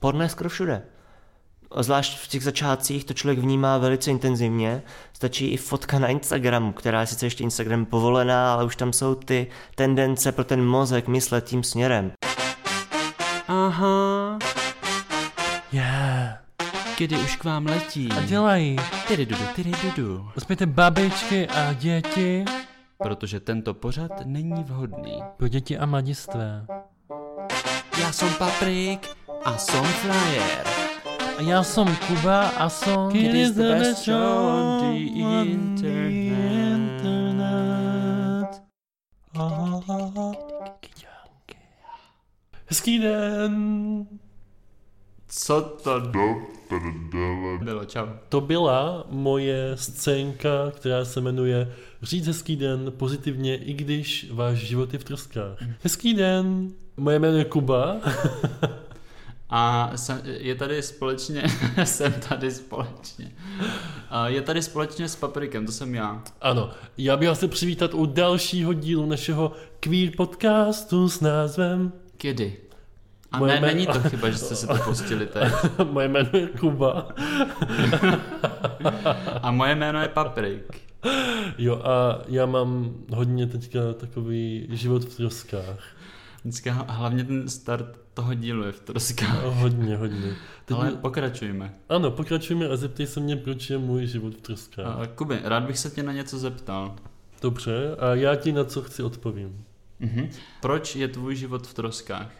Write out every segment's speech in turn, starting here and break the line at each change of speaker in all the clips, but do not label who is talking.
porno je skoro všude. Zvlášť v těch začátcích to člověk vnímá velice intenzivně. Stačí i fotka na Instagramu, která je sice ještě Instagram povolená, ale už tam jsou ty tendence pro ten mozek myslet tím směrem.
Aha,
Yeah.
kdy už k vám letí.
A dělají.
Tyry dudu, tyry dudu.
Uspějte babičky a děti.
Protože tento pořad není vhodný.
Pro děti a mladistvé.
Já jsem Paprik a jsem Flyer.
A já jsem Kuba a jsem...
It is the best show on the internet.
Hezký den.
Co to bylo, čau.
To byla moje scénka, která se jmenuje Říct hezký den pozitivně, i když váš život je v troskách. Hezký den. Moje jméno je Kuba.
A jsem, je tady společně, jsem tady společně. A je tady společně s Paprikem, to jsem já.
Ano, já bych vás chtěl přivítat u dalšího dílu našeho queer podcastu s názvem
Kedy? A
Moje
ne,
jmé-
není to chyba, že jste se to pustili teď.
Moje jméno je Kuba.
A moje jméno je Paprik.
Jo a já mám hodně teďka takový život v troskách.
Vždycky h- hlavně ten start toho dílu je v troskách.
Hodně, hodně. Teď
Ale
Ale...
pokračujme.
Ano, pokračujeme a zeptej se mě, proč je můj život v troskách.
A, Eh, Kuby, rád bych se tě na něco zeptal.
Dobře, a já ti na co chci odpovím.
Mhm. Proč je tvůj život v troskách?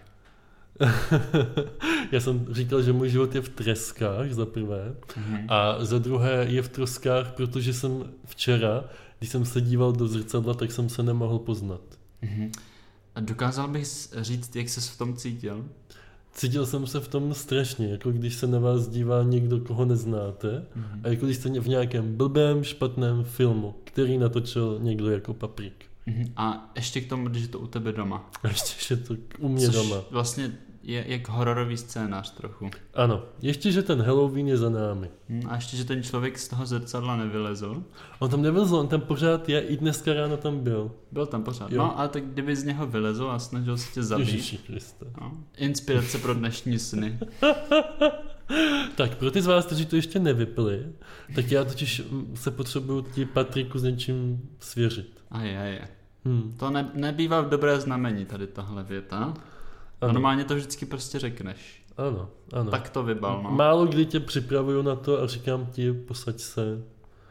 já jsem říkal, že můj život je v treskách za prvé
Mhm.
a za druhé je v troskách, protože jsem včera, když jsem se díval do zrcadla, tak jsem se nemohl poznat.
Mhm. A dokázal bych s- říct, jak ses v tom cítil?
Cítil jsem se v tom strašně, jako když se na vás dívá někdo, koho neznáte,
Mhm.
a jako když jste v nějakém blbém, špatném filmu, který natočil někdo jako paprik.
Mhm. A ještě k tomu, když je to u tebe doma.
A ještě, že to k- u mě
Což
doma.
vlastně je jak hororový scénář trochu.
Ano, ještě, že ten Halloween je za námi.
Hm, A ještě, že ten člověk z toho zrcadla nevylezl.
On tam nevylzl, on tam pořád je, i dneska ráno tam byl.
Byl tam pořád.
Jo.
No, ale tak kdyby z něho vylezl a snažil se tě zabít.
Ježíši Kriste.
No. Inspirace pro dnešní sny.
Tak pro ty z vás, kteří to ještě nevypili, tak já totiž mm, se potřebuju ti Patriku s něčím svěřit.
A je, je.
Hm.
To ne, nebývá v dobré znamení tady tahle věta. Ano.
Ano,
Normálně to vždycky prostě řekneš.
ano, ano.
No. Tak to vybal, no.
Málo kdy tě připravuju na to a říkám ti, posaď se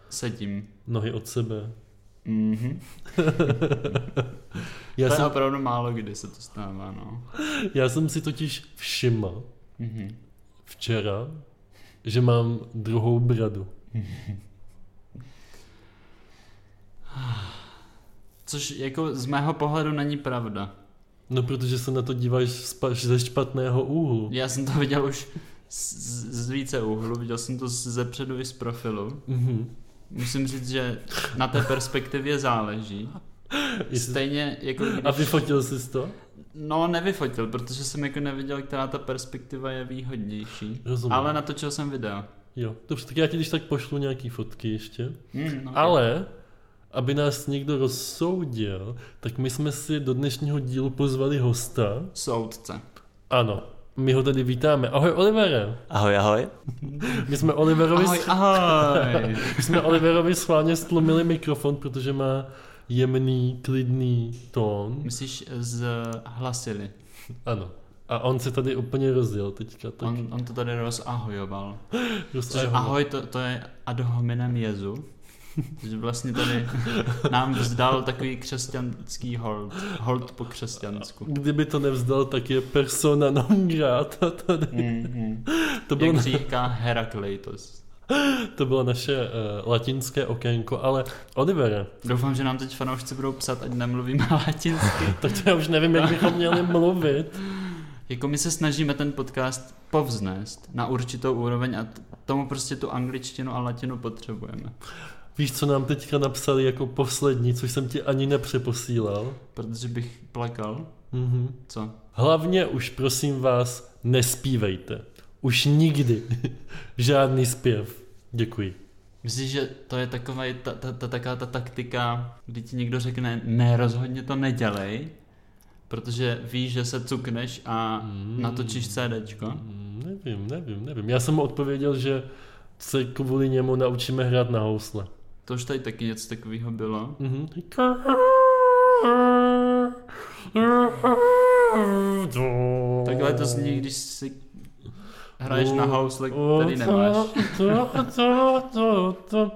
Sedím.
nohy od sebe.
Mhm.
Já
to je
jsem,
opravdu málo kdy se to stává, no.
já jsem si totiž všiml
Mhm.
včera, že mám druhou bradu.
Což jako z mého pohledu není pravda.
No protože se na to díváš spa- ze špatného úhlu.
Já jsem to viděl už z, z- z více úhlu, viděl jsem to z- ze předu i z profilu.
Mhm.
Musím říct, že na té perspektivě záleží.
Jestli-
Stejně jako když...
A vyfotil jsi to?
No, nevyfotil, protože jsem jako neviděl, která ta perspektiva je výhodnější.
Rozumím.
Ale natočil jsem video.
Jo, dobře, tak já ti když tak pošlu nějaký fotky ještě.
Hmm, okay.
Ale, aby nás někdo rozsoudil, tak my jsme si do dnešního dílu pozvali hosta.
Soudce.
Ano, my ho tady vítáme. Ahoj Olivere.
Ahoj, ahoj.
My jsme Oliverovi,
Ahoj, ahoj.
my jsme Oliverovi schválně stlumili mikrofon, protože má jemný, klidný tón.
Myslíš eh, zhlasili.
Ano. A on se tady úplně rozjel teďka. Tak
On, on to tady rozahojoval.
prostě
Což
ho-
ahoj, to, to je ad hominem jezu. Že vlastně tady nám vzdal takový křesťanský hold. Hold po křesťansku.
Kdyby to nevzdal, tak je persona non grata tady.
Mm-hmm.
To bylo,
Jak říká Herakleitos.
to bylo naše uh, latinské okénko, ale Olivere,
Doufám, že nám teď fanoušci budou psat, ať nemluvíme latinsky.
tak to já už nevím, jak bychom měli mluvit.
Jako my se snažíme ten podcast povznést na určitou úroveň a t- tomu prostě tu angličtinu a latinu potřebujeme.
Víš, co nám teďka napsali jako poslední, což jsem ti ani nepřeposílal?
Protože bych plakal.
Mhm.
Co?
Hlavně už prosím vás, nespívejte. Už nikdy. Žádný zpěv. Děkuji.
Myslíš, že to je taková ta, ta, ta, taká ta taktika, kdy ti někdo řekne, ne, rozhodně to nedělej, Protože víš, že se cukneš a
Mm.
natočíš CDčko.
Mm, Nevím, nevím, nevím. Já jsem mu odpověděl, že se kvůli němu naučíme hrát na housle.
To už tady taky něco takového bylo.
Mhm.
Takhle to zní, když si hraješ na housle, který nemáš.
To, to, to, to.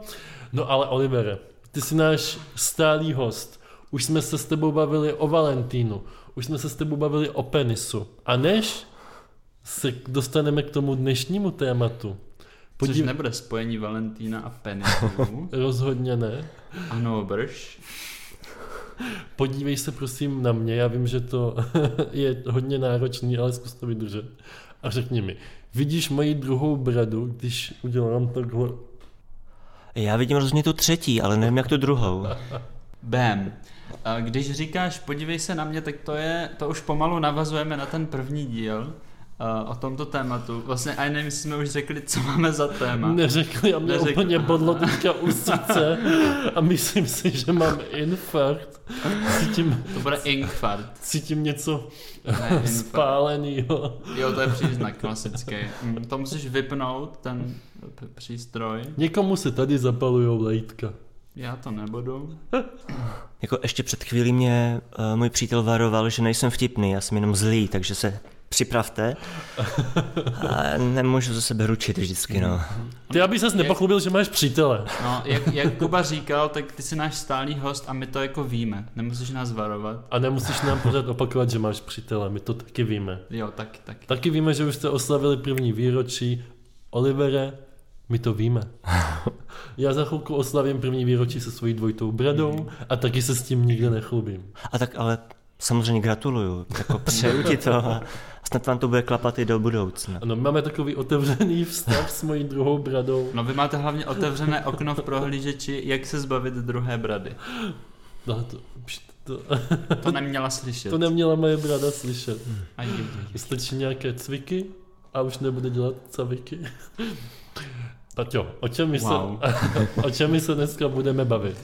No ale Olivere, ty jsi náš stálý host. Už jsme se s tebou bavili o Valentínu. Už jsme se s tebou bavili o penisu. A než se dostaneme k tomu dnešnímu tématu,
Což
podív-
nebude spojení Valentína a penisu.
Rozhodně ne.
ano, brž.
Podívej se prosím na mě, já vím, že to je hodně náročný, ale zkus to vydržet. A řekni mi, vidíš moji druhou bradu, když udělám takhle?
Já vidím rozhodně tu třetí, ale nevím jak tu druhou.
Bam. A Když říkáš podívej se na mě, tak to je, to už pomalu navazujeme na ten první díl a, o tomto tématu. Vlastně ani nevím, jestli jsme už řekli, co máme za téma.
Neřekli a mě
Neřekl.
úplně bodlo teďka u srdce a myslím si, že mám infarkt. Cítím,
To bude inkfart.
cítím něco
Ne, infarkt.
spáleného.
Jo, to je příznak klasický. Mm, To musíš vypnout, ten p- přístroj.
Někomu se tady zapalujou lejtka.
Já to nebudu.
Jako ještě před chvílí mě uh, můj přítel varoval, že nejsem vtipný, já jsem jenom zlý, takže se připravte. A nemůžu za sebe ručit vždycky, no.
Ty, aby ses nepochlubil, že máš přítele.
No, jak, jak Kuba říkal, tak ty jsi náš stálý host a my to jako víme. Nemusíš nás varovat.
A nemusíš nám pořád opakovat, že máš přítele, my to taky víme.
Jo, taky, taky.
Taky víme, že už jste oslavili první výročí. Olivere, my to víme. Já za chvilku oslavím první výročí se svojí dvojitou bradou a taky se s tím nikdy nechlubím.
A tak ale samozřejmě gratuluju, jako přeju ti to a snad vám to bude klapat i do budoucna.
Ano, máme takový otevřený vztah s mojí druhou bradou.
No vy máte hlavně otevřené okno v prohlížeči, jak se zbavit druhé brady.
No, to, pšt, to,
To neměla slyšet.
to neměla moje brada slyšet.
Aj, aj, aj.
Stačí nějaké cviky a už nebude dělat caviky. Taťo, o čem, my
Wow.
se, o čem my se dneska budeme bavit?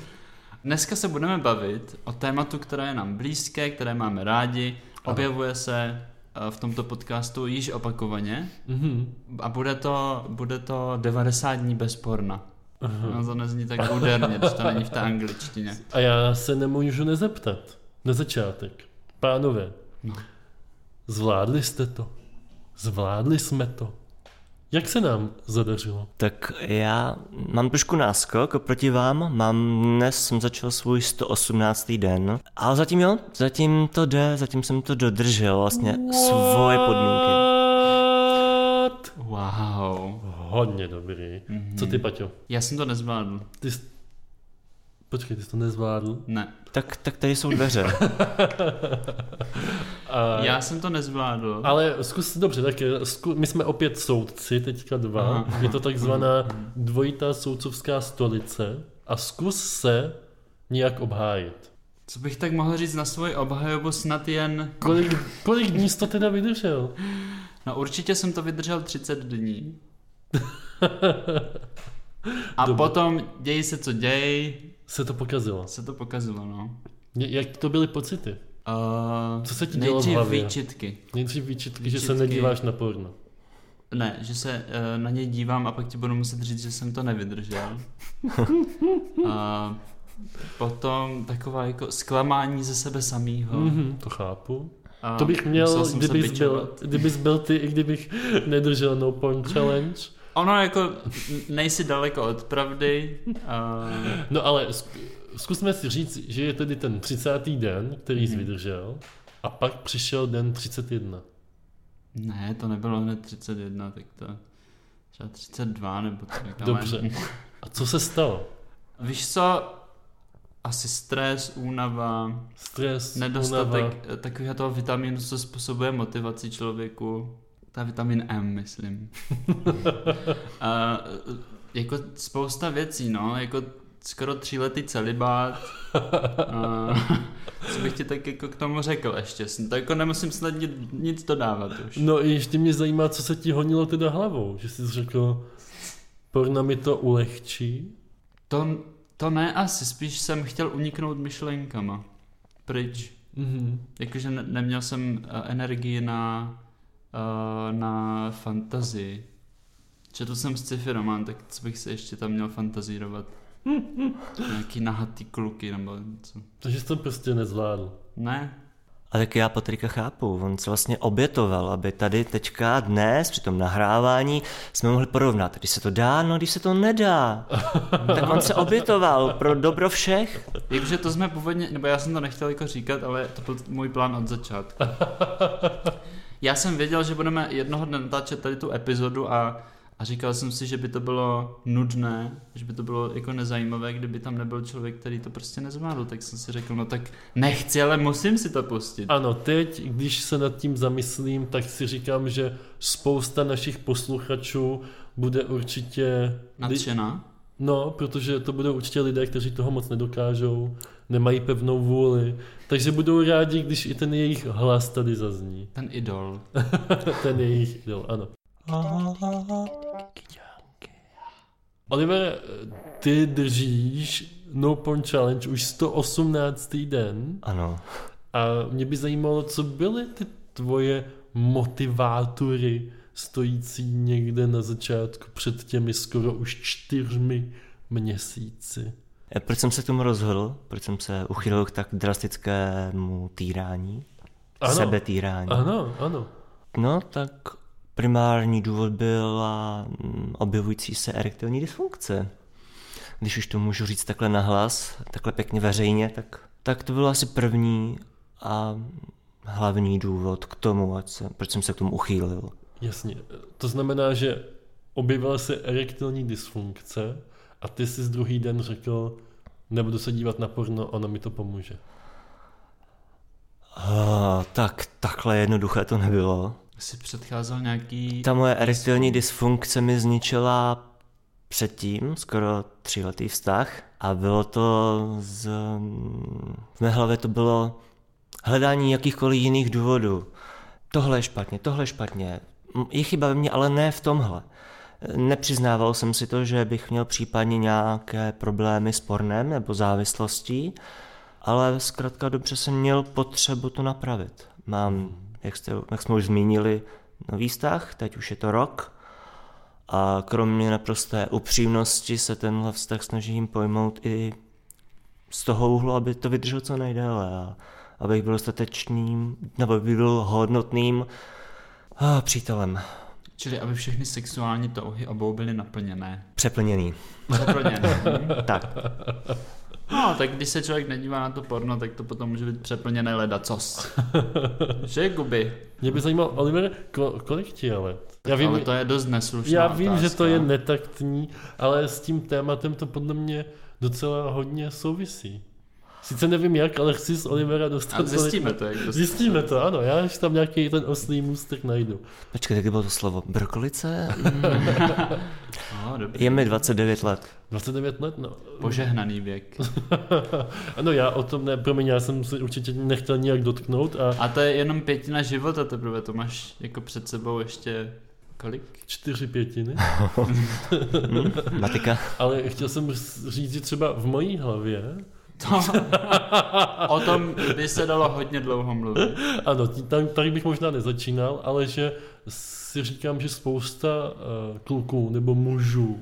Dneska se budeme bavit o tématu, které je nám blízké, které máme rádi. Objevuje se eh, v tomto podcastu již opakovaně
Mhm.
a bude to, bude to 90 dní bez porna. No to nezní tak úderně, když to není v té angličtině.
A já se nemůžu nezeptat na začátek. Pánové,
No.
zvládli jste to. Zvládli jsme to. Jak se nám zadařilo?
Tak já mám trošku náskok oproti vám, mám dnes jsem začal svůj 118. den, ale zatím jo, zatím to jde, zatím jsem to dodržel vlastně svoje podmínky.
What?
Wow.
Hodně dobrý.
Mhm.
Co ty, Paťo?
Já jsem to nezvládl.
Ty jsi... Počkej, ty jsi to nezvládl.
Ne.
Tak, tak tady jsou dveře.
A...
Já jsem to nezvládl.
Ale zkus, dobře, tak je, zku, my jsme opět soudci, teďka dva.
Aha,
Aha,
aha, Mhm,
je to takzvaná dvojitá soudcovská stolice. A zkus se nějak obhájit.
Co bych tak mohl říct na svoji obhajobu snad jen...
Kolik, kolik dní jsi to teda vydržel?
No určitě jsem to vydržel 30 dní. A
Dobře.
potom děj se co děj,
Se to pokazilo.
se to pokazilo, no.
J- Jak to byly pocity?
Uh,
Co se ti dělo v
nejdřív
hlavě?
výčitky.
Nejdřív výčitky, že se
Výčitky.
nedíváš na porno.
Ne, že se uh, na něj dívám a pak ti budu muset říct, že jsem to nevydržel. A potom taková jako zklamání ze sebe samýho.
Mhm, to chápu.
A
To bych
musel
měl,
jsem
kdybys
se bičovat.
byl, kdybys byl ty, i kdybych nedržel No Porn Challenge.
Ono jako n- nejsi daleko od pravdy. Uh,
No ale zk- zkusme si říct, že je tedy ten 30. den, který jsi
Mhm.
vydržel, a pak přišel den 31.
ne, to nebylo hned 31, tak to třeba 32 nebo tak. No, ale-
Dobře. A co se stalo?
Víš co, asi stres, únava,
Stres,
nedostatek
únava.
eh, takového toho vitamínu, co způsobuje motivaci člověku. Ta vitamin M, myslím. A, eh, jako spousta věcí, no, jako skoro tříletý celibát. A, co bych ti tak jako k tomu řekl ještě? To jako nemusím snad ni- nic dodávat už.
No i ještě mě zajímá, co se ti honilo teda hlavou, že jsi řekl, porna mi to ulehčí,
To, to ne asi, spíš jsem chtěl uniknout myšlenkama. Pryč.
Mhm.
Jakože ne- neměl jsem eh, energii na, eh, na fantazii. Četl jsem sci-fi román, tak co bych se ještě tam měl fantazírovat? Nějaký nahatý kluky nebo něco.
Takže jsi to prostě nezvládl.
Ne,
A tak já Patrika chápu, on se vlastně obětoval, aby tady teďka dnes při tom nahrávání jsme mohli porovnat, když se to dá, no když se to nedá. Tak on se obětoval pro dobro všech.
jakože to jsme původně, nebo já jsem to nechtěl jako říkat, ale to byl můj plán od začátku. Já jsem věděl, že budeme jednoho dne natáčet tady tu epizodu a, a říkal jsem si, že by to bylo nudné, že by to bylo jako nezajímavé, kdyby tam nebyl člověk, který to prostě nezvládl, tak jsem si řekl, no tak nechci, ale musím si to pustit.
Ano, teď, když se nad tím zamyslím, tak si říkám, že spousta našich posluchačů bude určitě...
Nadšená?
No, protože to budou určitě lidé, kteří toho moc nedokážou, nemají pevnou vůli, takže budou rádi, když i ten jejich hlas tady zazní.
Ten idol.
Ten jejich idol, ano. Oliver, ty držíš No Porn Challenge už 118. den
Ano,
a mě by zajímalo, co byly ty tvoje motivátory stojící někde na začátku před těmi skoro už čtyřmi měsíci.
E, proč jsem se k tomu rozhodl? Proč jsem se uchylil k tak drastickému týrání?
Ano.
Sebetýrání.
Ano, ano.
No, tak primární důvod byla mm, objevující se erektilní dysfunkce. Když už to můžu říct takhle nahlas, takhle pěkně veřejně, tak, tak to byl asi první a hlavní důvod k tomu, ať se, proč jsem se k tomu uchýlil.
Jasně. To znamená, že objevila se erektilní dysfunkce a ty jsi z druhý den řekl, nebudu se dívat na porno, ono mi to pomůže.
Ah, tak takhle jednoduché to nebylo.
Asi předcházel nějaký...
Ta moje erektilní dysfunkce mi zničila předtím, skoro tříletý vztah a bylo to z... v mé hlavě to bylo hledání jakýchkoliv jiných důvodů. Tohle je špatně, tohle je špatně. M- Je chyba ve mně, ale ne v tomhle. Nepřiznával jsem si to, že bych měl případně nějaké problémy s pornem nebo závislostí, ale zkrátka dobře jsem měl potřebu to napravit. Mám, jak, jste, jak jsme už zmínili, nový vztah, teď už je to rok a kromě naprosté upřímnosti se tenhle vztah snažím pojmout i z toho úhlu, aby to vydržel co nejdéle a abych byl statečným, nebo aby byl hodnotným ah, přítelem.
Čili aby všechny sexuální touhy obou byly naplněné.
Přeplněný.
Přeplněné.
Tak,
No, tak když se člověk nedívá na to porno, tak to potom může být přeplněné ledacos. Že, Guby?
Mě by zajímalo, Oliver, ko- kolik ti je let? Já
Ale
vím,
to je dost neslušná
já vím
otázka.
že to je netaktní, ale s tím tématem to podle mě docela hodně souvisí. Sice nevím jak, ale chci z Olivera dostat...
A
tolik-
zjistíme to, jak to
Zjistíme to, ano, já až tam nějaký ten oslý můstek najdu.
počkej, jak bylo to slovo? Brkolice?
No, dobrý.
Je mi 29 let.
29 let, no.
Požehnaný věk.
Ano, já o tom ne, promiň, já jsem se určitě nechtěl nijak dotknout a
A to je jenom pětina života teprve, to máš jako před sebou ještě kolik?
čtyři pětiny.
Hm? Matika?
Ale chtěl jsem říct, že třeba v mojí hlavě,
To, o tom by se dalo hodně dlouho mluvit.
ano, tí- tam, tady bych možná nezačínal, ale že si říkám, že spousta eh, kluků nebo mužů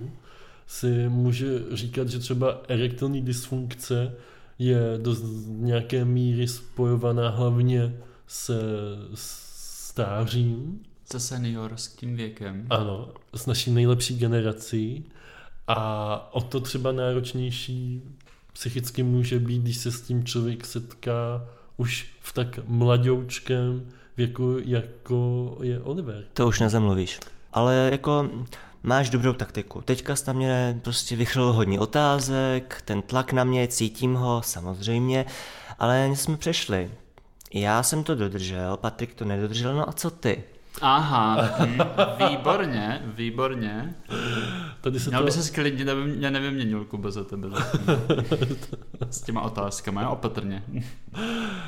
si může říkat, že třeba erektilní dysfunkce je do z- nějaké míry spojovaná hlavně se stářím,
Se seniorským věkem.
Ano, s naší nejlepší generací a o to třeba náročnější psychicky může být, když se s tím člověk setká už v tak mladoučkém věku, jako je Oliver.
To už nezamluvíš. Ale jako máš dobrou taktiku. Teďka jsi na mě prostě vychrl hodně otázek, ten tlak na mě, cítím ho samozřejmě, ale něco jsme přešli. Já jsem to dodržel, Patrik to nedodržel, no a co ty?
Aha, hm, výborně, výborně.
Tady se
Měl
to...
by se sklidnit, aby mě nevyměnil Kuba za tebe. S těma otázkama, jo? opatrně.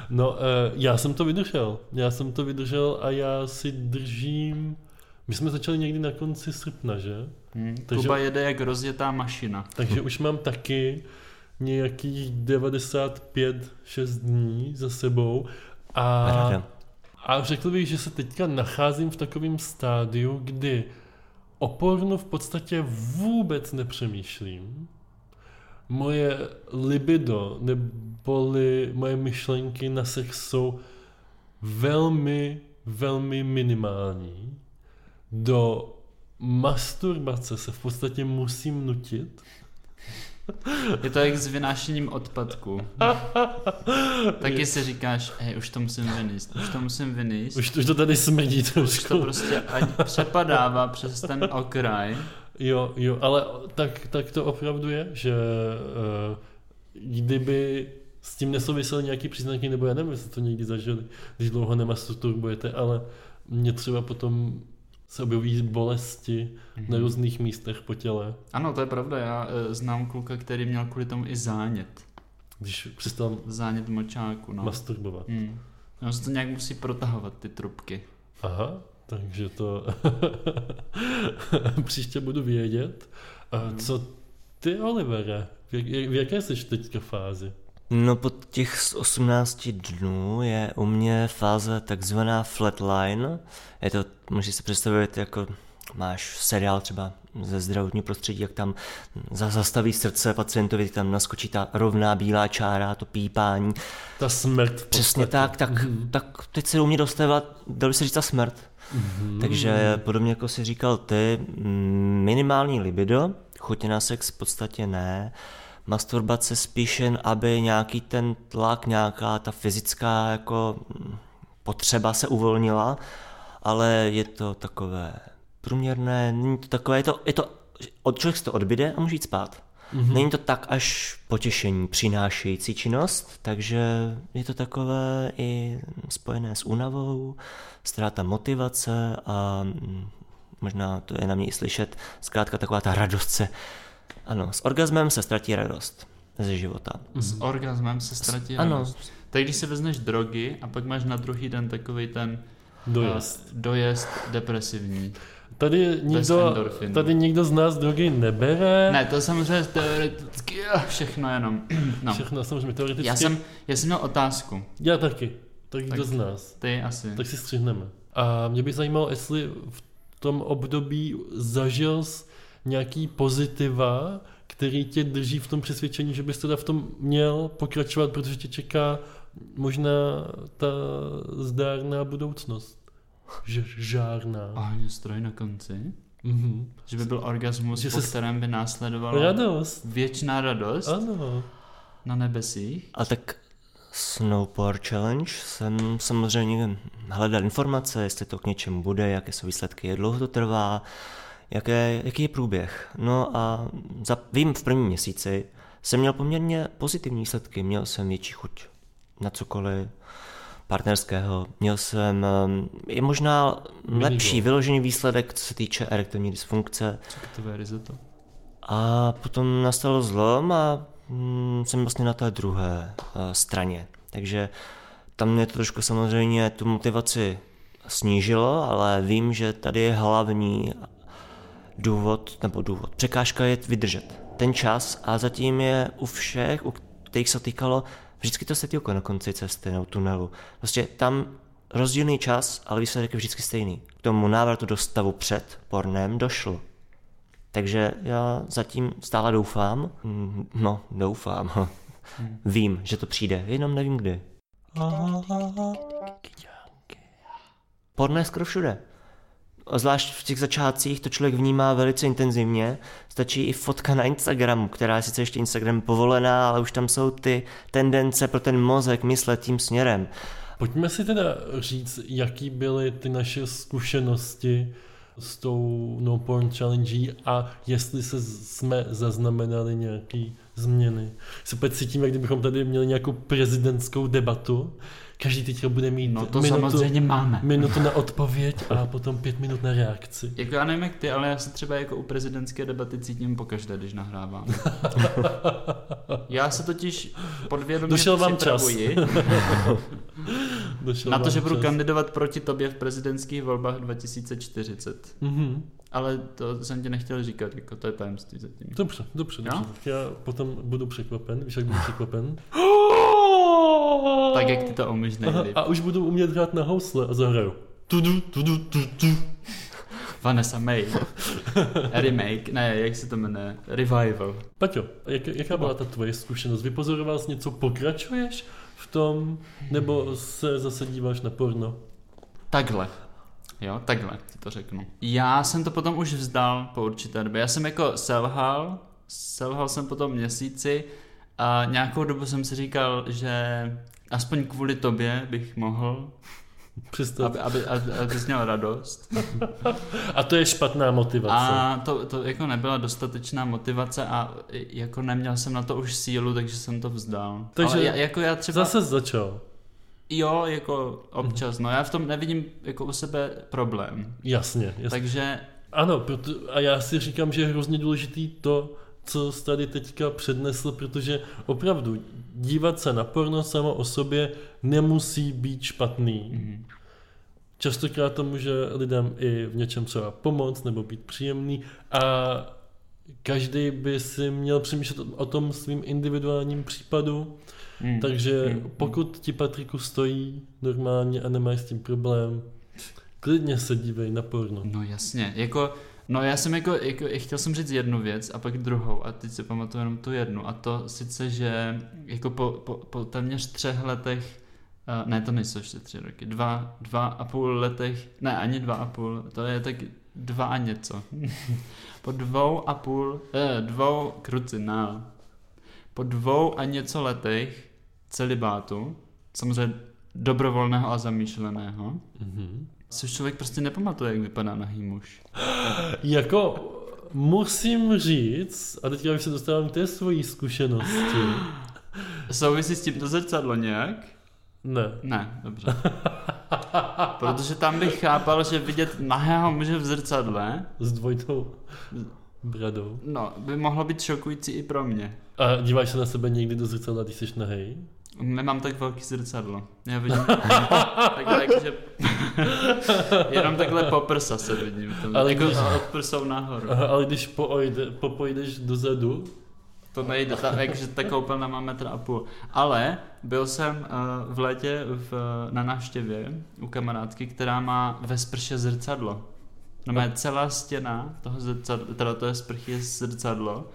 No, eh, já jsem to vydržel. Já jsem to vydržel a já si držím... My jsme začali někdy na konci srpna, že?
Hm,
Takže-
Kuba jede jak rozjetá mašina.
Takže už mám taky nějakých 95-6 dní za sebou a,
Paráda.
a řekl bych, že se teďka nacházím v takovém stádiu, kdy o pornu v podstatě vůbec nepřemýšlím. Moje libido neboli moje myšlenky na sex jsou velmi, velmi minimální. Do masturbace se v podstatě musím nutit.
Je to jak s vynášením odpadku. Taky si říkáš, hej, už to musím vynést, už to musím vynést.
Už, už to tady smrdí
Už to
trošku.
prostě ať přepadává přes ten okraj.
Jo, jo, ale tak, tak to opravdu je, že uh, kdyby s tím nesouvisely nějaký příznaky, nebo já nevím, jestli to někdy zažili, když dlouho nemasturbujete, ale mě třeba potom se objeví bolesti na různých místech po těle,
Ano, to je pravda, já eh, znám kluka, který měl kvůli tomu i zánět.
když přestal
Zánět močáku, no.
masturbovat.
Hmm. No, se to nějak musí protahovat, ty trubky.
Aha, takže to příště budu vědět. A co ty, Olivere? V, jak, v jaké jsi teďka fázi?
No po těch z 18 dnů je u mě fáze takzvaná flatline. Je to, můžeš si představit, jako máš seriál třeba ze zdravotního prostředí, jak tam za- zastaví srdce pacientovi, jak tam naskočí ta rovná bílá čára, to pípání.
Ta smrt v
Přesně
podstatě. Mhm.
tak, tak, tak teď se u mě dostává, dalo by se říct, ta smrt.
Mhm.
Takže podobně jako si říkal ty, mm, minimální libido, chutě na sex v podstatě ne, masturbace spíš jen, aby nějaký ten tlak, nějaká ta fyzická jako mm, potřeba se uvolnila, ale je to takové průměrné, není to takové, je to, je to od člověk se to odbyde a může jít spát. Mm-hmm. Není to tak až potěšení přinášející činnost, takže je to takové i spojené s únavou, ztráta motivace a mm, možná to je na mě i slyšet, zkrátka taková ta radost se, ano, s orgasmem se ztratí radost ze života.
S orgasmem se ztratí
ano.
radost. Tak když si vezmeš drogy a pak máš na druhý den takový ten
Dojezd.
eh, dojezd depresivní.
Tady nikdo,
endorfinů.
tady nikdo z nás drogy nebere.
Ne, to samozřejmě teoreticky, eh, všechno jenom. No.
Všechno samozřejmě teoreticky.
Já jsem, já jsem měl otázku,
Já taky. Tak kdo
Tak-
z nás?
ty asi.
Tak si střihneme. A mě by zajímalo, jestli v tom období zažil jsi nějaký pozitiva, který tě drží v tom přesvědčení, že bys teda v tom měl pokračovat, protože tě čeká možná ta zdárná budoucnost. Že žárná.
Ohně stroj na konci.
Mhm.
Že by byl orgasmus,
Že
po
se-
kterém by následovala
Radost.
věčná radost
Ano.
na nebesích.
A tak Snowpower Challenge jsem samozřejmě hledal informace, jestli to k něčemu bude, jaké jsou výsledky, jak dlouho to trvá, jaké, jaký je průběh. No a za, vím, v prvním měsíci jsem měl poměrně pozitivní výsledky, měl jsem větší chuť na cokoliv partnerského, měl jsem ehm, je možná lepší vyložený výsledek, co se týče erektilní dysfunkce,
Co to je risotto?
a potom nastal zlom a mm, jsem vlastně na té druhé eh, straně. Takže tam mě to trošku samozřejmě tu motivaci snížilo, ale vím, že tady je hlavní důvod, nebo důvod, překážka je vydržet ten čas a zatím je u všech, u kterých se týkalo, vždycky to světilko na konci cesty nebo tunelu. Prostě tam rozdílný čas, ale výsledek je vždycky stejný. K tomu návratu do stavu před pornem došlo. Takže já zatím stále doufám, Mm, no doufám, vím, že to přijde, jenom nevím kdy. Porno je skoro všude. A Zvlášť v těch začátcích to člověk vnímá velice intenzivně. Stačí i fotka na Instagramu, která je sice ještě Instagram povolená, ale už tam jsou ty tendence pro ten mozek myslet tím směrem.
Pojďme si teda říct, jaký byly ty naše zkušenosti s tou No Porn Challenge a jestli se z- jsme zaznamenali nějaký změny. Se opět cítím, jak kdybychom tady měli nějakou prezidentskou debatu. Každý teďka bude mít
No to samozřejmě máme.
minutu na odpověď a potom pět minut na reakci.
Jako já nevím jak ty, ale já se třeba jako u prezidentské debaty cítím pokaždé, když nahrávám. já se totiž podvědomě
Došel vám čas.
připravuji
Došel
na to,
vám
že budu
čas.
kandidovat proti tobě v prezidentských volbách 2040.
Mhm.
Ale to jsem ti nechtěl říkat, jako to je tajemství zatím.
Dobře, dobře,
Jo?
dobře. Tak já potom budu překvapen, víš, jak budu překvapen.
Tak jak ty to umíš
Aha,
nejlíp.
a už budu umět hrát na housle a zahraju. Tudu, tudu, tudu, tudu.
Vanessa May. Remake, ne, jak se to jmenuje? Revival.
Paťo, jak, jaká byla ta tvoje zkušenost? Vypozoroval jsi něco, pokračuješ v tom, nebo se zase díváš na porno?
Takhle. Jo, takhle ti to řeknu. Já jsem to potom už vzdal po určité době. Já jsem jako selhal, selhal jsem potom měsíci a nějakou dobu jsem si říkal, že aspoň kvůli tobě bych mohl,
Přestat.
aby, aby, aby, aby jsi měl radost.
A to je špatná motivace.
A to, to jako nebyla dostatečná motivace a i- jako neměl jsem na to už sílu, takže jsem to vzdal.
Takže
Ale já, jako já třeba,
Zase jsi začal.
jo, jako občas, no já v tom nevidím jako u sebe problém.
Jasně, jasně.
Takže
Ano, proto, a já si říkám, že je hrozně důležitý to, co jsi tady teďka přednesl, protože opravdu dívat se na porno samo o sobě nemusí být špatný.
Mhm.
Častokrát to může lidem i v něčem třeba pomoct nebo být příjemný a každý by si měl přemýšlet o tom svým individuálním případu,
mm,
takže
Mm.
pokud ti Patriku stojí normálně a nemáš s tím problém, klidně se dívej na porno.
no jasně, jako No já jsem jako, jako, chtěl jsem říct jednu věc a pak druhou a teď se pamatuju jenom tu jednu a to sice, že jako po, po, po téměř třech letech, eh, ne to nejsou ještě tři roky, dva, dva a půl letech, ne ani dva a půl, to je tak dva a něco. po dvou a půl, eh, dvou, krucinál, po dvou a něco letech celibátu, samozřejmě dobrovolného a zamýšleného,
Mhm.
si už člověk prostě nepamatuje, jak vypadá nahý muž.
Jako musím říct, a teďka už se dostávám k té svojí zkušenosti.
Souvisí s tím to zrcadlo nějak?
Ne.
Ne, dobře. Protože tam bych chápal, že vidět nahého muže v zrcadle,
S dvojitou bradou.
no, by mohlo být šokující i pro mě.
A díváš se na sebe někdy do zrcadla, když jsi nahej?
Nemám tak velký zrcadlo. Já vidím takhle, jakože... Jenom takhle po prsa se vidím. Tam,
Ale
Ale jako
když-
od prsou nahoru.
Aha, ale když poojde, popojdeš dozadu,
To nejde, ta, jakože ta koupelna má metr a půl. Ale byl jsem uh, v létě v, na návštěvě u kamarádky, která má ve sprše zrcadlo. No, má celá stěna toho zrcadla, teda to je sprchy je zrcadlo.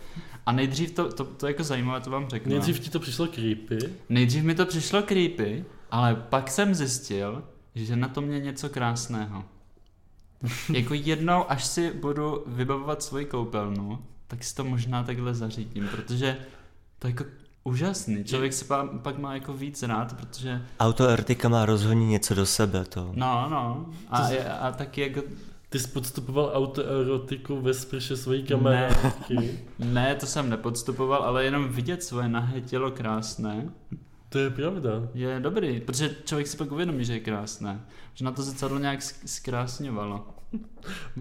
A nejdřív to, to, to je jako zajímavé, to vám řeknu.
nejdřív ti to přišlo creepy.
nejdřív mi to přišlo creepy, ale pak jsem zjistil, že na tom je něco krásného. jako jednou, až si budu vybavovat svoji koupelnu, tak si to možná takhle zařídím, protože to je jako úžasný. Člověk se pa, pak má jako víc rád, protože
Autoerotika má rozhodně něco do sebe, to.
no, no. A, a taky jako
Ty jsi podstupoval autoerotiku ve sprše svojí kamarádky.
ne, to jsem nepodstupoval, ale jenom vidět svoje nahé tělo krásné
To je pravda.
je dobrý, protože člověk si pak uvědomí, že je krásné. Že na to zrcadlo nějak sk- zkrásňovalo.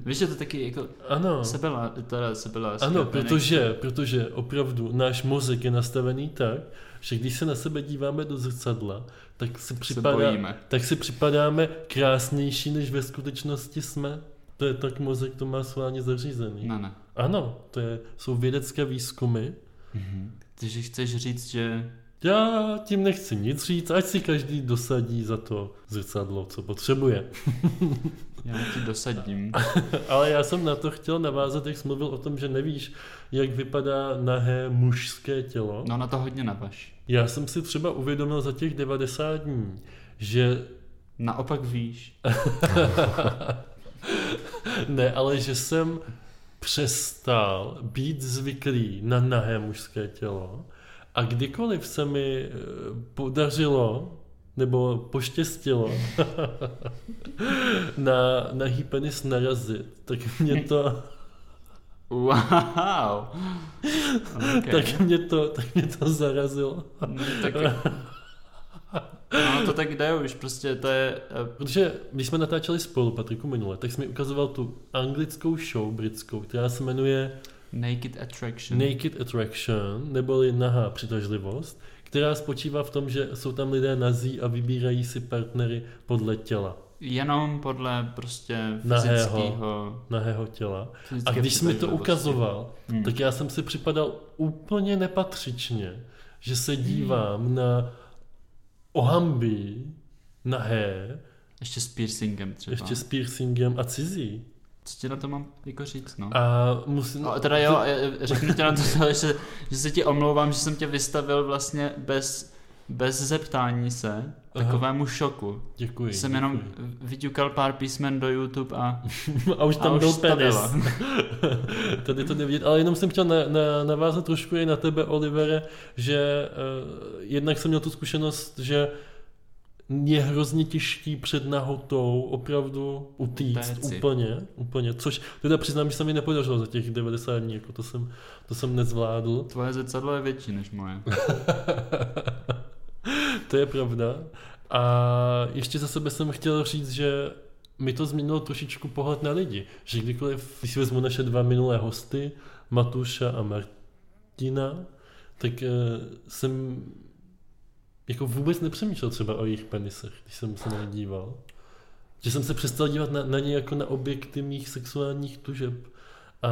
Víš, že to taky jako
Ano.
sebela, teda sebela.
No. Ano, protože, protože opravdu náš mozek je nastavený tak, že když se na sebe díváme do zrcadla, tak si, připadá,
bojíme.
tak si připadáme krásnější, než ve skutečnosti jsme. To je tak mozek to má sválně zařízený.
Ne, ne.
Ano, to je, jsou vědecké výzkumy.
Takže chceš říct, že
Já tím nechci nic říct, ať si každý dosadí za to zrcadlo, co potřebuje.
já ti dosadím.
Ale já jsem na to chtěl navázat, jak jsi mluvil o tom, že nevíš, jak vypadá nahé mužské tělo.
No na to hodně navaž.
Já jsem si třeba uvědomil za těch 90 dní, že
Naopak víš.
ne, ale že jsem přestal být zvyklý na nahé mužské tělo a kdykoliv se mi eh, podařilo nebo poštěstilo na nahý penis narazit, tak mě to,
Wow. Okay.
tak mě to, tak mě to zarazilo.
No, tak... No to tak jde už, prostě to je... eh,
Protože když jsme natáčeli spolu, Patriku, minule, tak jsi mi ukazoval tu anglickou show britskou, která se jmenuje
Naked Attraction.
Naked Attraction, neboli nahá přitažlivost, která spočívá v tom, že jsou tam lidé nazí a vybírají si partnery podle těla.
Jenom podle prostě
Nahého.
fyzického...
nahého těla. A
fyzické
když jsi mi to
přitažlivosti.
ukazoval,
Hmm.
tak já jsem si připadal úplně nepatřičně, že se dívám na ohamby nahé,
Ještě s piercingem třeba.
ještě s piercingem a cizí.
Co ti na to mám jako říct, no?
A musím...
No, teda jo, eh, řeknu ti na to, že, se- že se ti omlouvám, že jsem tě vystavil vlastně bez, bez zeptání se
Aha.
takovému šoku.
Děkuji.
Jsem jenom
děkuji.
vyťukal pár písmen do YouTube a,
A už
a
tam
už
byl
to
penis.
bylo.
Tady to nevidět, ale jenom jsem chtěl na, na, navázat trošku i na tebe, Olivere, že uh, jednak jsem měl tu zkušenost, že mě hrozně těžký před nahotou opravdu utíct
Utéci.
úplně, úplně, což teda přiznám, že se mi nepodařilo za těch 90 dní, jako to jsem, to jsem nezvládl.
Tvoje zrcadlo je větší než moje.
To je pravda. A ještě za sebe jsem chtěl říct, že mi to změnilo trošičku pohled na lidi. Že kdykoliv, když si vezmu naše dva minulé hosty, Matuša a Martina, tak eh, jsem jako vůbec nepřemýšlel třeba o jejich penisech, když jsem se na ně díval. Že jsem se přestal dívat na, na ně jako na objekty mých sexuálních tužeb. A,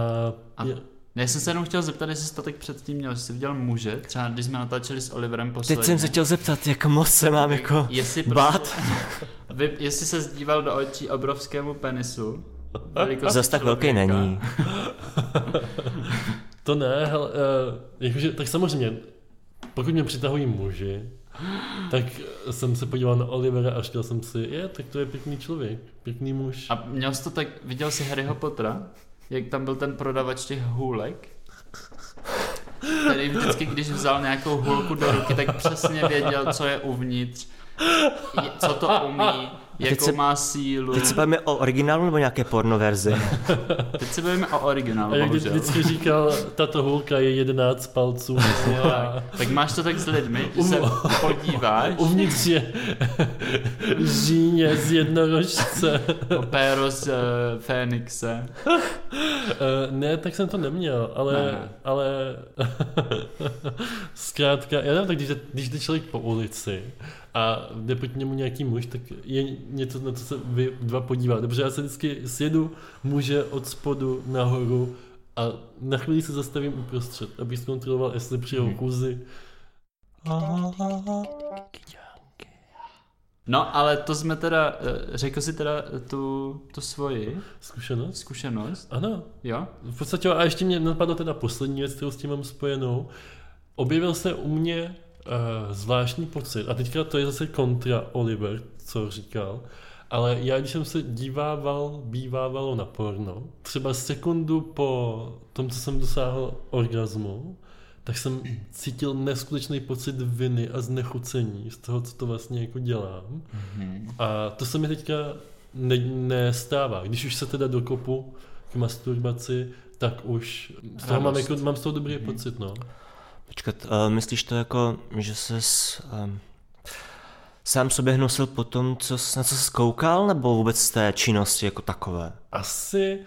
A-
je,
Já jsem se jenom chtěl zeptat, jestli jsi to tak předtím měl, jestli jsi viděl muže, třeba když jsme natáčeli s Oliverem posledně.
Teď jsem se chtěl zeptat, jak moc se mám jako
jestli prostě
bát.
Vy, jestli se zdíval do očí obrovskému penisu, velikosti
Zas tak velký
Prostě člověka.
není.
To ne, hele, uh, jakože, tak samozřejmě, pokud mě přitahují muži, tak jsem se podíval na Olivera a říkal jsem si, je, tak to je pěkný člověk, pěkný muž.
A měl jsi to tak, viděl jsi Harryho Pottera? Jak tam byl ten prodavač těch hůlek? Který vždycky, když vzal nějakou hůlku do ruky, tak přesně věděl, co je uvnitř, je- co to umí,
teď
jakou
se-
má sílu.
Teď se bavíme o originálu nebo nějaké porno verzi?
Teď se bavíme o
a
originálu,
jak
bohužel.
vždycky říkal, tato hůlka je 11 palců. A
No, Tak máš to tak s lidmi, že se
Um-
podíváš
Uvnitř je žíně z jednorožce.
o péro z eh, Fénixe.
Eh, ne, tak jsem to neměl, ale,
Ne.
ale zkrátka, já nevím, tak když, jde- když jde člověk po ulici a jde proti němu nějaký muž, tak je něco, na co se vy dva podíváte. Protože já se vždycky sjedu muže od spodu nahoru a na chvíli se zastavím uprostřed, abych zkontroloval, jestli při jeho kůzi.
No, ale to jsme teda, eh, řekl si teda tu, tu svoji
Zkušenost?
zkušenost,
Ano,
jo?
V podstatě, jo, a ještě mě napadla teda poslední věc, kterou s tím mám spojenou. Objevil se u mě uh, zvláštní pocit, a teďka to je zase kontra Oliver, co říkal, ale já, když jsem se dívával, bývávalo na porno, třeba sekundu po tom, co jsem dosáhl orgazmu, tak jsem cítil neskutečný pocit viny a znechucení z toho, co to vlastně jako dělám. A to se mi teďka ne, nestává. Když už se teda dokopu k masturbaci, tak už z toho mám,
Radost.
jako, mám z toho dobrý pocit, no.
Počkat, uh, myslíš to jako, že se um, sám sobě hnusil po tom, co, s- na co se koukal, nebo vůbec z té činnosti jako takové?
Asi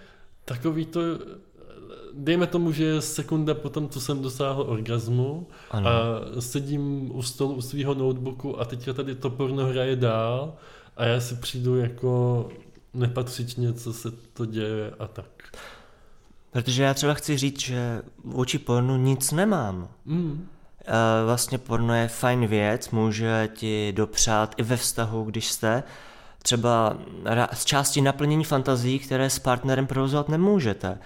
takový to, dejme tomu, že je sekunda po tom, co jsem dosáhl orgazmu
Ano.
a sedím u stolu u svého notebooku a teďka tady to porno hraje dál a já si přijdu jako nepatřičně, co se to děje a tak.
Protože já třeba chci říct, že vůči pornu nic nemám.
Mm.
Eh, vlastně porno je fajn věc, může ti dopřát i ve vztahu, když jste třeba ra- z části naplnění fantazí, které s partnerem provozovat nemůžete.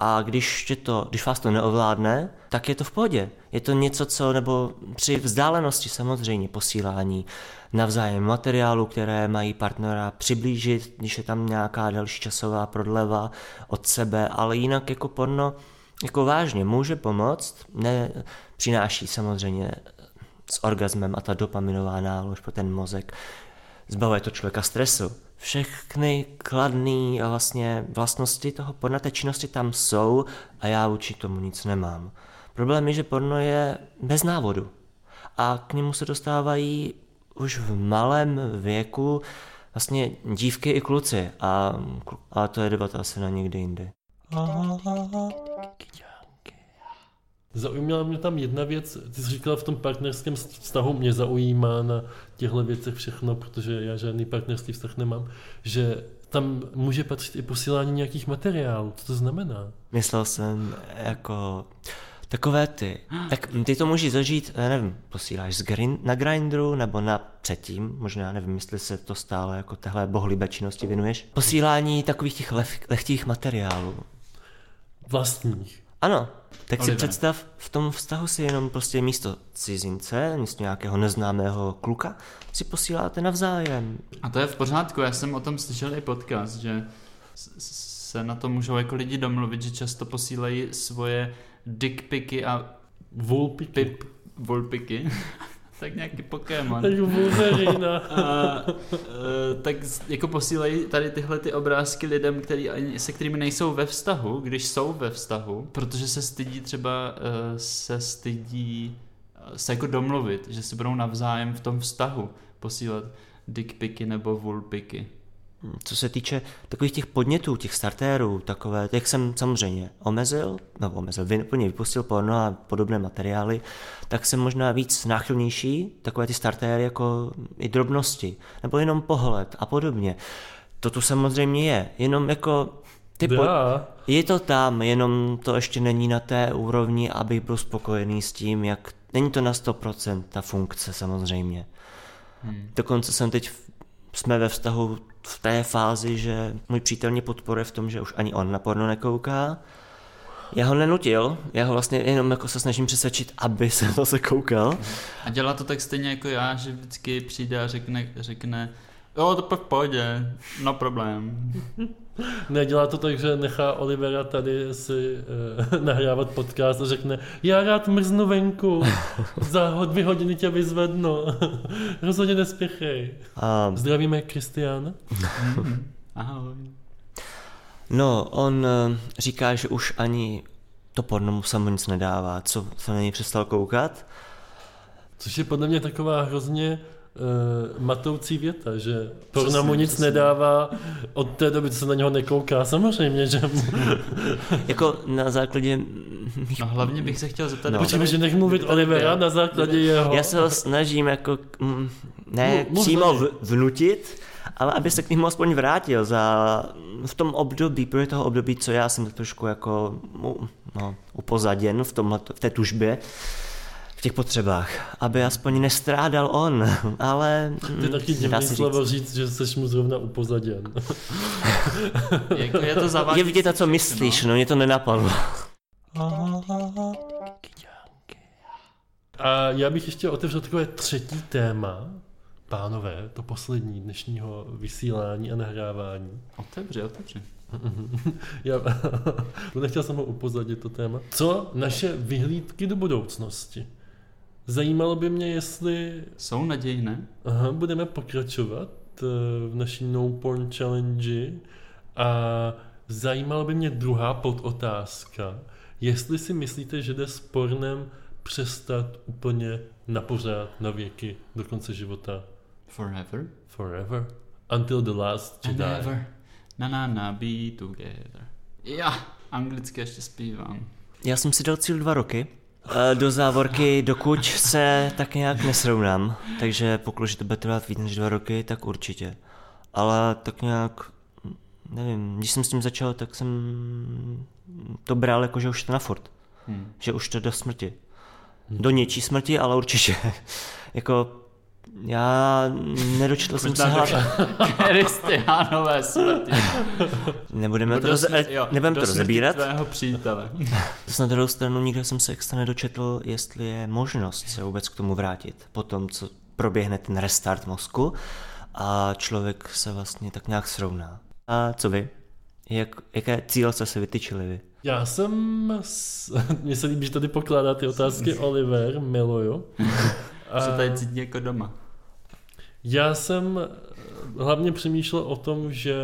A když, tě to, když vás to neovládne, tak je to v pohodě. Je to něco, co, nebo při vzdálenosti samozřejmě posílání navzájem materiálu, které mají partnera přiblížit, když je tam nějaká další časová prodleva od sebe, ale jinak jako porno jako vážně může pomoct, ne, přináší samozřejmě s orgasmem a ta dopaminová nálož pro ten mozek, zbavuje to člověka stresu. Všechny kladné a vlastně vlastnosti toho porna, té činnosti tam jsou a já vůči tomu nic nemám. Problém je, že porno je bez návodu a k němu se dostávají už v malém věku vlastně dívky i kluci a, a to je debata asi na někdy jindy.
Zaujímala mě tam jedna věc, ty jsi říkala v tom partnerském vztahu, mě zaujímá na těchto věcech všechno, protože já žádný partnerský vztah nemám, že tam může patřit i posílání nějakých materiálů. Co to znamená?
Myslel jsem jako takové ty. Tak ty to můžeš zažít, já nevím, posíláš z grin, na Grindru nebo na předtím, možná nevím, jestli se to stále jako tehle bohlibé činnosti věnuješ. Posílání takových těch lev, lehkých materiálů.
Vlastních.
Ano, tak si
Oliver.
představ, v tom vztahu si jenom prostě místo cizince, místo nějakého neznámého kluka, si posíláte navzájem.
A to je v pořádku, já jsem o tom slyšel i podcast, že s- s- se na to můžou jako lidi domluvit, že často posílají svoje dickpiky a
Vulpiky.
pip volpiky. tak nějaký Pokémon.
Tak Wolverina.
A, e, tak s- jako posílají tady tyhle ty obrázky lidem, který, ani- se kterými nejsou ve vztahu, když jsou ve vztahu, protože se stydí třeba, e, se stydí e, se jako domluvit, že se budou navzájem v tom vztahu posílat dickpiky nebo vulpiky.
Co se týče takových těch podnětů, těch startérů, takové, těch jsem samozřejmě omezil, nebo omezil, vy- úplně vypustil porno a podobné materiály, tak jsem možná víc náchylnější, takové ty startéry jako i drobnosti, nebo jenom pohled a podobně. To tu samozřejmě je, jenom jako ty po-
Dá.
je to tam, jenom to ještě není na té úrovni, abych byl spokojený s tím, jak... Není to na 100% ta funkce samozřejmě. Hmm. Dokonce jsem teď... v- Jsme ve vztahu v té fázi, že můj přítel mě podporuje v tom, že už ani on na porno nekouká. Já ho nenutil, já ho vlastně jenom jako se snažím přesvědčit, aby se zase koukal.
A dělá to tak stejně jako já, že vždycky přijde a řekne, řekne jo, to pak pohodě, no problém.
Nedělá to tak, že nechá Olivera tady si eh, nahrávat podcast a řekne já rád mrznu venku, za ho- dvě hodiny tě vyzvednu. Rozhodně nespěchej.
A
Zdravíme Kristiána.
Ahoj.
No, on eh, říká, že už ani to porno mu samo nic nedává, co se na něj přestal koukat.
Což je podle mě taková hrozně uh, matoucí věta, že porna
Přesně,
mu nic
přesně.
nedává, od té doby, co se na něho nekouká, samozřejmě, že...
Jako na základě mm,
No hlavně bych se chtěl zeptat... jako,
No.
kdyby
Počkej,
tady-
že nech mluvit
kdyby tady
Olivera
byl-
na základě jeho...
Já se ho snažím jako, mm, ne
No. Mu- mu
přímo
hlavně.
v, vnutit, ale aby se k němu aspoň vrátil za, v tom období, pro toho období, co já jsem tak trošku jako mu- no, upozaděn v, tomhle, v té tužbě, v těch potřebách, aby aspoň nestrádal on, ale... mm,
To je taky
dá
divný
se říct.
slovo říct, že jsi mu zrovna upozaděn.
Jako je to zavádějící.
Je vidět, na co myslíš, no mě to nenapadlo.
A já bych ještě otevřel takové třetí téma, pánové, to poslední dnešního vysílání a nahrávání.
no.
no. Otevři, otevři.
Já nechtěl jsem ho upozadit to téma. Co naše vyhlídky do budoucnosti? Zajímalo by mě, jestli
Jsou nadějné?
aha, budeme pokračovat eh, v naší No Porn Challenge a zajímala by mě druhá podotázka, jestli si myslíte, že jde s pornem přestat úplně na pořád, na věky, do konce života,
Forever
forever, until the last
and
Jedi.
ever. Na na na, be together. Já anglicky ještě zpívám.
Já jsem si dal cíl dva roky. Eh, Do závorky, dokud se tak nějak nesrovnám. Takže pokud že to bude trvat víc než dva roky, tak určitě. Ale tak nějak, nevím, když jsem s tím začal, tak jsem to bral jako, že už to na furt.
Hm.
Že už to do smrti. Do něčí smrti, ale určitě. jako, já nedočetl jsem se
Možná
hlavně.
do Kristiánové smrti.
Nebudeme to,
Do
roze- eh,
smrti- jo,
nebudeme
do
to
smrti
rozebírat.
tvého přítele.
Zase na druhou stranu nikde jsem se extra nedočetl, jestli je možnost se vůbec k tomu vrátit. Po tom, co proběhne ten restart mozku a člověk se vlastně tak nějak srovná. A co vy? Jak, jaké cíle jste si vytyčili vy?
Já jsem... S... Mně se líbí, že tady pokládá ty otázky Oliver, miluju.
Se tady cítí jako doma.
Já jsem eh, hlavně přemýšlel o tom, že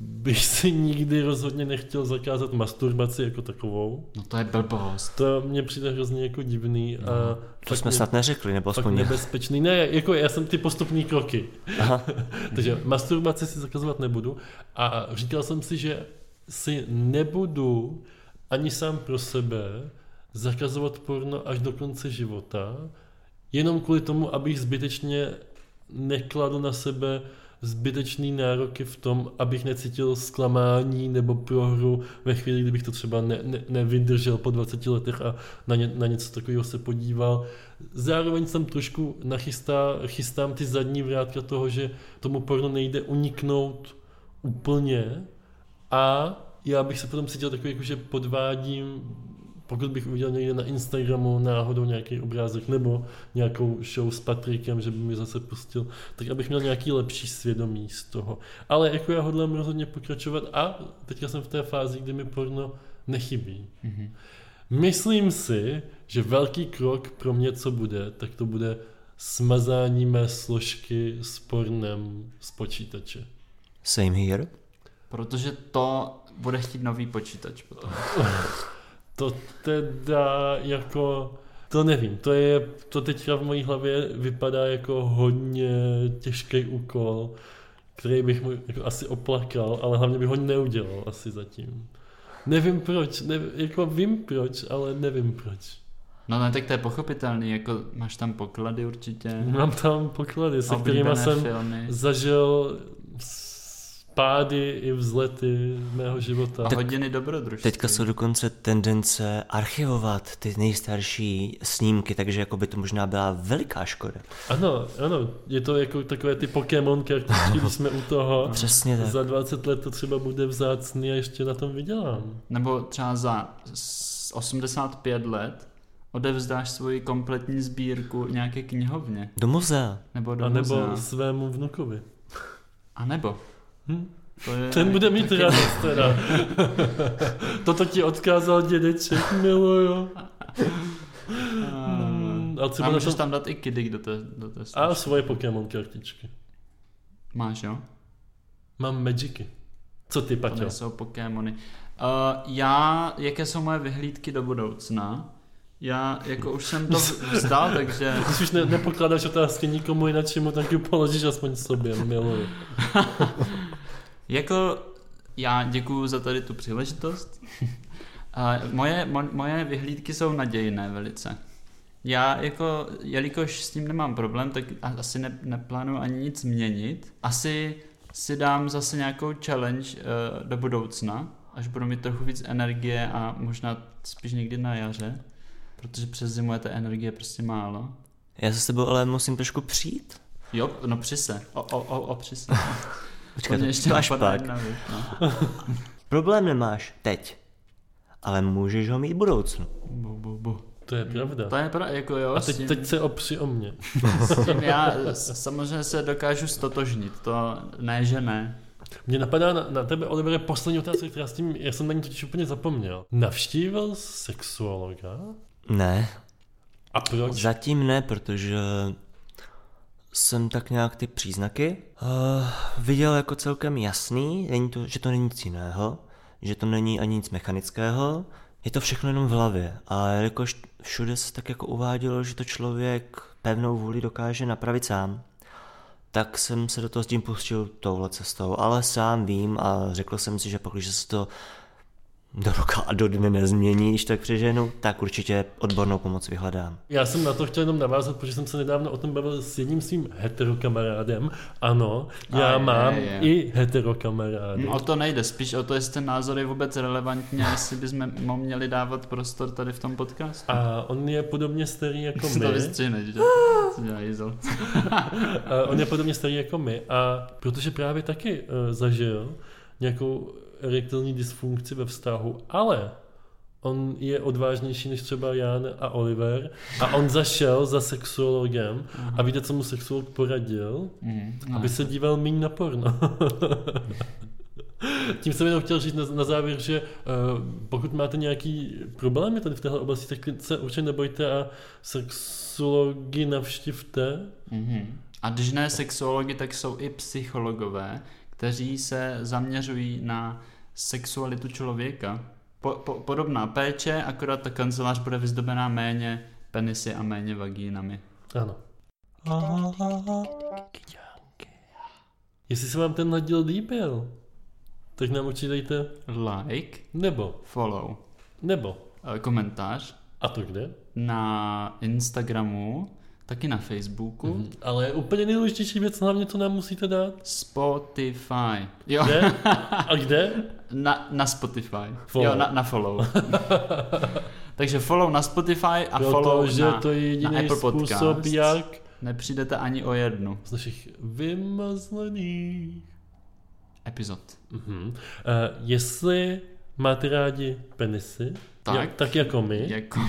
bych si nikdy rozhodně nechtěl zakázat masturbaci jako takovou.
No to je blbost.
To mně přijde hrozně jako divný a
No, To
fakt
jsme
ne-
snad neřekli, nebo
fakt
aspoň ne.
nebezpečný. Ne, jako já jsem ty postupní kroky. Takže masturbaci si zakazovat nebudu a říkal jsem si, že si nebudu ani sám pro sebe zakazovat porno až do konce života, jenom kvůli tomu, abych zbytečně nekladl na sebe zbytečný nároky v tom, abych necítil zklamání nebo prohru ve chvíli, kdybych to třeba ne, ne, nevydržel po 20 letech a na, ně, na něco takového se podíval. Zároveň jsem trošku nachystá, chystám ty zadní vrátka toho, že tomu porno nejde uniknout úplně a já bych se potom cítil takový, jako že podvádím pokud bych uviděl někde na Instagramu náhodou nějaký obrázek nebo nějakou show s Patrikem, že by mi zase pustil, tak abych měl nějaký lepší svědomí z toho. Ale jako já hodlám rozhodně pokračovat a teďka jsem v té fázi, kdy mi porno nechybí. Mm-hmm. Myslím si, že velký krok pro mě, co bude, tak to bude smazání mé složky s pornem z počítače.
Same here.
Protože to bude chtít nový počítač potom.
To teda jako, to nevím, to je, to teďka v mojí hlavě vypadá jako hodně těžký úkol, který bych mu jako asi oplakal, ale hlavně bych ho neudělal asi zatím. Nevím proč, ne, jako vím proč, ale nevím proč.
No ne, tak to je pochopitelný, jako máš tam poklady určitě.
No,
Mám tam poklady, se
Oblíbené
kterými jsem
filmy.
zažil s- pády i vzlety mého života.
A hodiny dobrodružství.
Teďka jsou dokonce tendence archivovat ty nejstarší snímky, takže jako by to možná byla veliká škoda.
Ano, ano, je to jako takové ty Pokémon kartičky, když jsme u toho.
Přesně tak.
Za 20 let to třeba bude vzácný a ještě na tom vydělám.
Nebo třeba za s- 85 let odevzdáš svoji kompletní sbírku nějaké knihovně.
Do muzea.
Nebo do
A nebo
muzea.
svému vnukovi.
A nebo.
Hm?
To je
Ten bude mít
taky-
radost teda. Toto ti odkázal dědeček, miluju. Hmm, A
A
třeba na
můžeš
tom...
tam dát i kidy do té, do té
A
složky.
svoje Pokémon kartičky.
Máš, jo?
Mám Magicy. Co ty,
To
Paťo?
nejsou Pokémony. Uh, já, jaké jsou moje vyhlídky do budoucna? Já jako už jsem to vzdal, takže...
Když už ne, nepokládáš otázky nikomu jináčemu, tak ji položíš aspoň sobě, miluju.
Jako já děkuju za tady tu příležitost. A moje, mo, moje vyhlídky jsou nadějné velice. Já jako, jelikož s tím nemám problém, tak a- asi ne, neplánuji ani nic měnit. Asi si dám zase nějakou challenge uh, do budoucna, až budu mít trochu víc energie a možná spíš někdy na jaře, protože přes zimu je té energie prostě málo.
Já se s tebou ale musím trošku přijít.
Jo, no při se. O, o, o, o při se.
Počkat,
To mě ještě
to až
napadá
pak.
jedna věc, no.
Problém nemáš teď, ale můžeš ho mít v budoucnu.
Bu, bu, bu.
To je pravda.
To je pra, jako jo,
A
s,
teď,
tím,
teď se opři o mě.
s tím já s- samozřejmě se dokážu stotožnit, to ne, že ne.
Mně napadá na, na tebe, Olivere, poslední otázka, která s tím, já jsem na ní totiž úplně zapomněl. Navštívil sexuologa?
Ne,
A proč?
Zatím ne, protože jsem tak nějak ty příznaky uh, viděl jako celkem jasný, není to, že to není nic jiného, že to není ani nic mechanického, je to všechno jenom v hlavě. A jakož všude se tak jako uvádělo, že to člověk pevnou vůli dokáže napravit sám, tak jsem se do toho s tím pustil touhle cestou, ale sám vím a řekl jsem si, že pokud se to do roka a do dne nezmění, když tak přeženu, tak určitě odbornou pomoc vyhledám.
Já jsem na to chtěl jenom navázat, protože jsem se nedávno o tom bavil s jedním svým heterokamarádem. Ano, já
Aj,
mám
je, je.
i heterokamarády.
Hm, O to nejde, spíš o to, jestli ten názor je vůbec relevantní a jestli bychom mu měli dávat prostor tady v tom podcastu.
A on je podobně starý jako
Co to
my.
vystřihneš, že? Co dělá Jizel?
A on je podobně starý jako my a protože právě taky eh, zažil nějakou erektilní dysfunkci ve vztahu, ale on je odvážnější než třeba Jan a Oliver a on zašel za sexuologem a víte, co mu sexuolog poradil?
Hm, no.
Aby se díval méně na porno. Tím jsem jenom chtěl říct na, na závěr, že uh, pokud máte nějaký problémy tady v téhle oblasti, tak se určitě nebojte a sexuologi navštivte.
Mhm. A když ne sexuologi, tak jsou i psychologové, kteří se zaměřují na sexualitu člověka. Po, po, podobná péče, akorát ta kancelář bude vyzdobená méně penisy a méně vagínami.
Ano. Jestli se vám tenhle díl líbil, tak nám určitě dejte
Like,
nebo,
follow,
nebo
eh, komentář.
a A to kde?
na Instagramu, taky na Facebooku,
Mhm. Ale úplně nejdůležitější věc, hlavně co nám musíte dát.
Spotify. Jo,
Kde? A kde?
na, na Spotify.
Follow.
Jo, na, na follow. Takže follow na Spotify a follow
Protože
na,
to je
na
jediný
Apple Podcast.
způsob, jak
Nepřijdete ani o jednu
z našich vymazlených
epizod.
Mhm. Uh, jestli máte rádi penisy,
Tak.
Jak, tak jako my, jak?
Jako,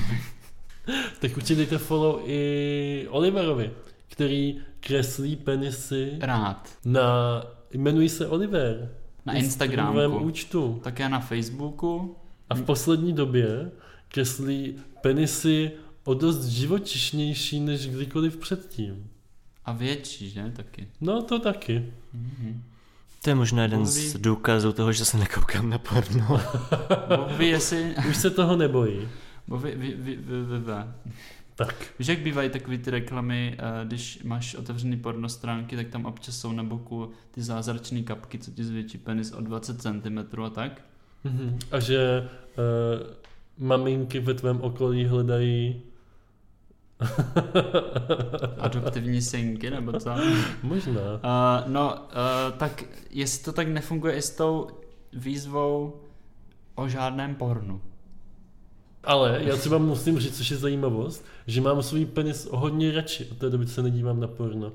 tak určitě dejte follow i Oliverovi, který kreslí penisy
rád.
na... Jmenují se Oliver.
Na
svém
Instagramu.
účtu.
Také na Facebooku.
A v poslední době kreslí penisy o dost živočišnější než kdykoliv předtím.
A větší, že? Taky.
No to taky.
To je možná jeden z
Mluví.
důkazů toho, že se nekoukám na porno.
Bo vy, jestli...
Už se toho nebojí.
Bo vy, vy, vy, vy, vy, vy.
Tak.
Víš, jak bývají takový ty reklamy, eh, když máš otevřený porno stránky, tak tam občas jsou na boku ty zázračné kapky, co ti zvětší penis o 20 cm a tak.
Mhm. A že uh, maminky ve tvém okolí hledají
Adoptivní synky nebo co.
Možná.
Uh, no, uh, tak jestli to tak nefunguje i s tou výzvou o žádném pornu.
Ale já třeba musím říct, což je zajímavost, že mám svůj penis o hodně radši. Od té doby co se nedívám na porno.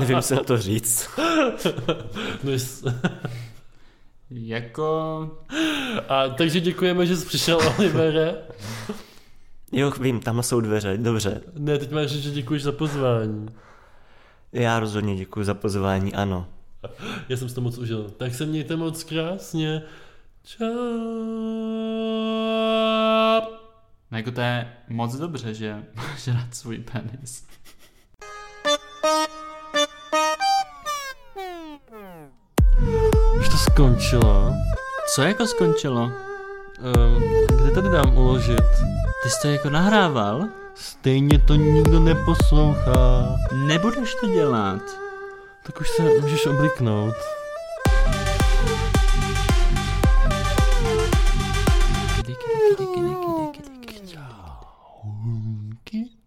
Nevím se na to říct.
No jest...
Jako...
A takže děkujeme, že jsi přišel, Olivere.
Jo, vím, tam jsou dveře, dobře.
Ne, teď máš říct, že děkuji za pozvání.
Já rozhodně děkuji za pozvání, ano.
Já jsem si to moc užil. Tak se mějte moc krásně. Čau.
No jako to je moc dobře, že máš rád svůj penis.
Už to skončilo.
Co jako skončilo?
Um, kde tady dám uložit?
Ty jsi to jako nahrával?
Stejně to nikdo neposlouchá.
Nebudeš to dělat.
Tak už se můžeš obliknout.
Díky, díky, díky, díky, díky, díky.
Hunky.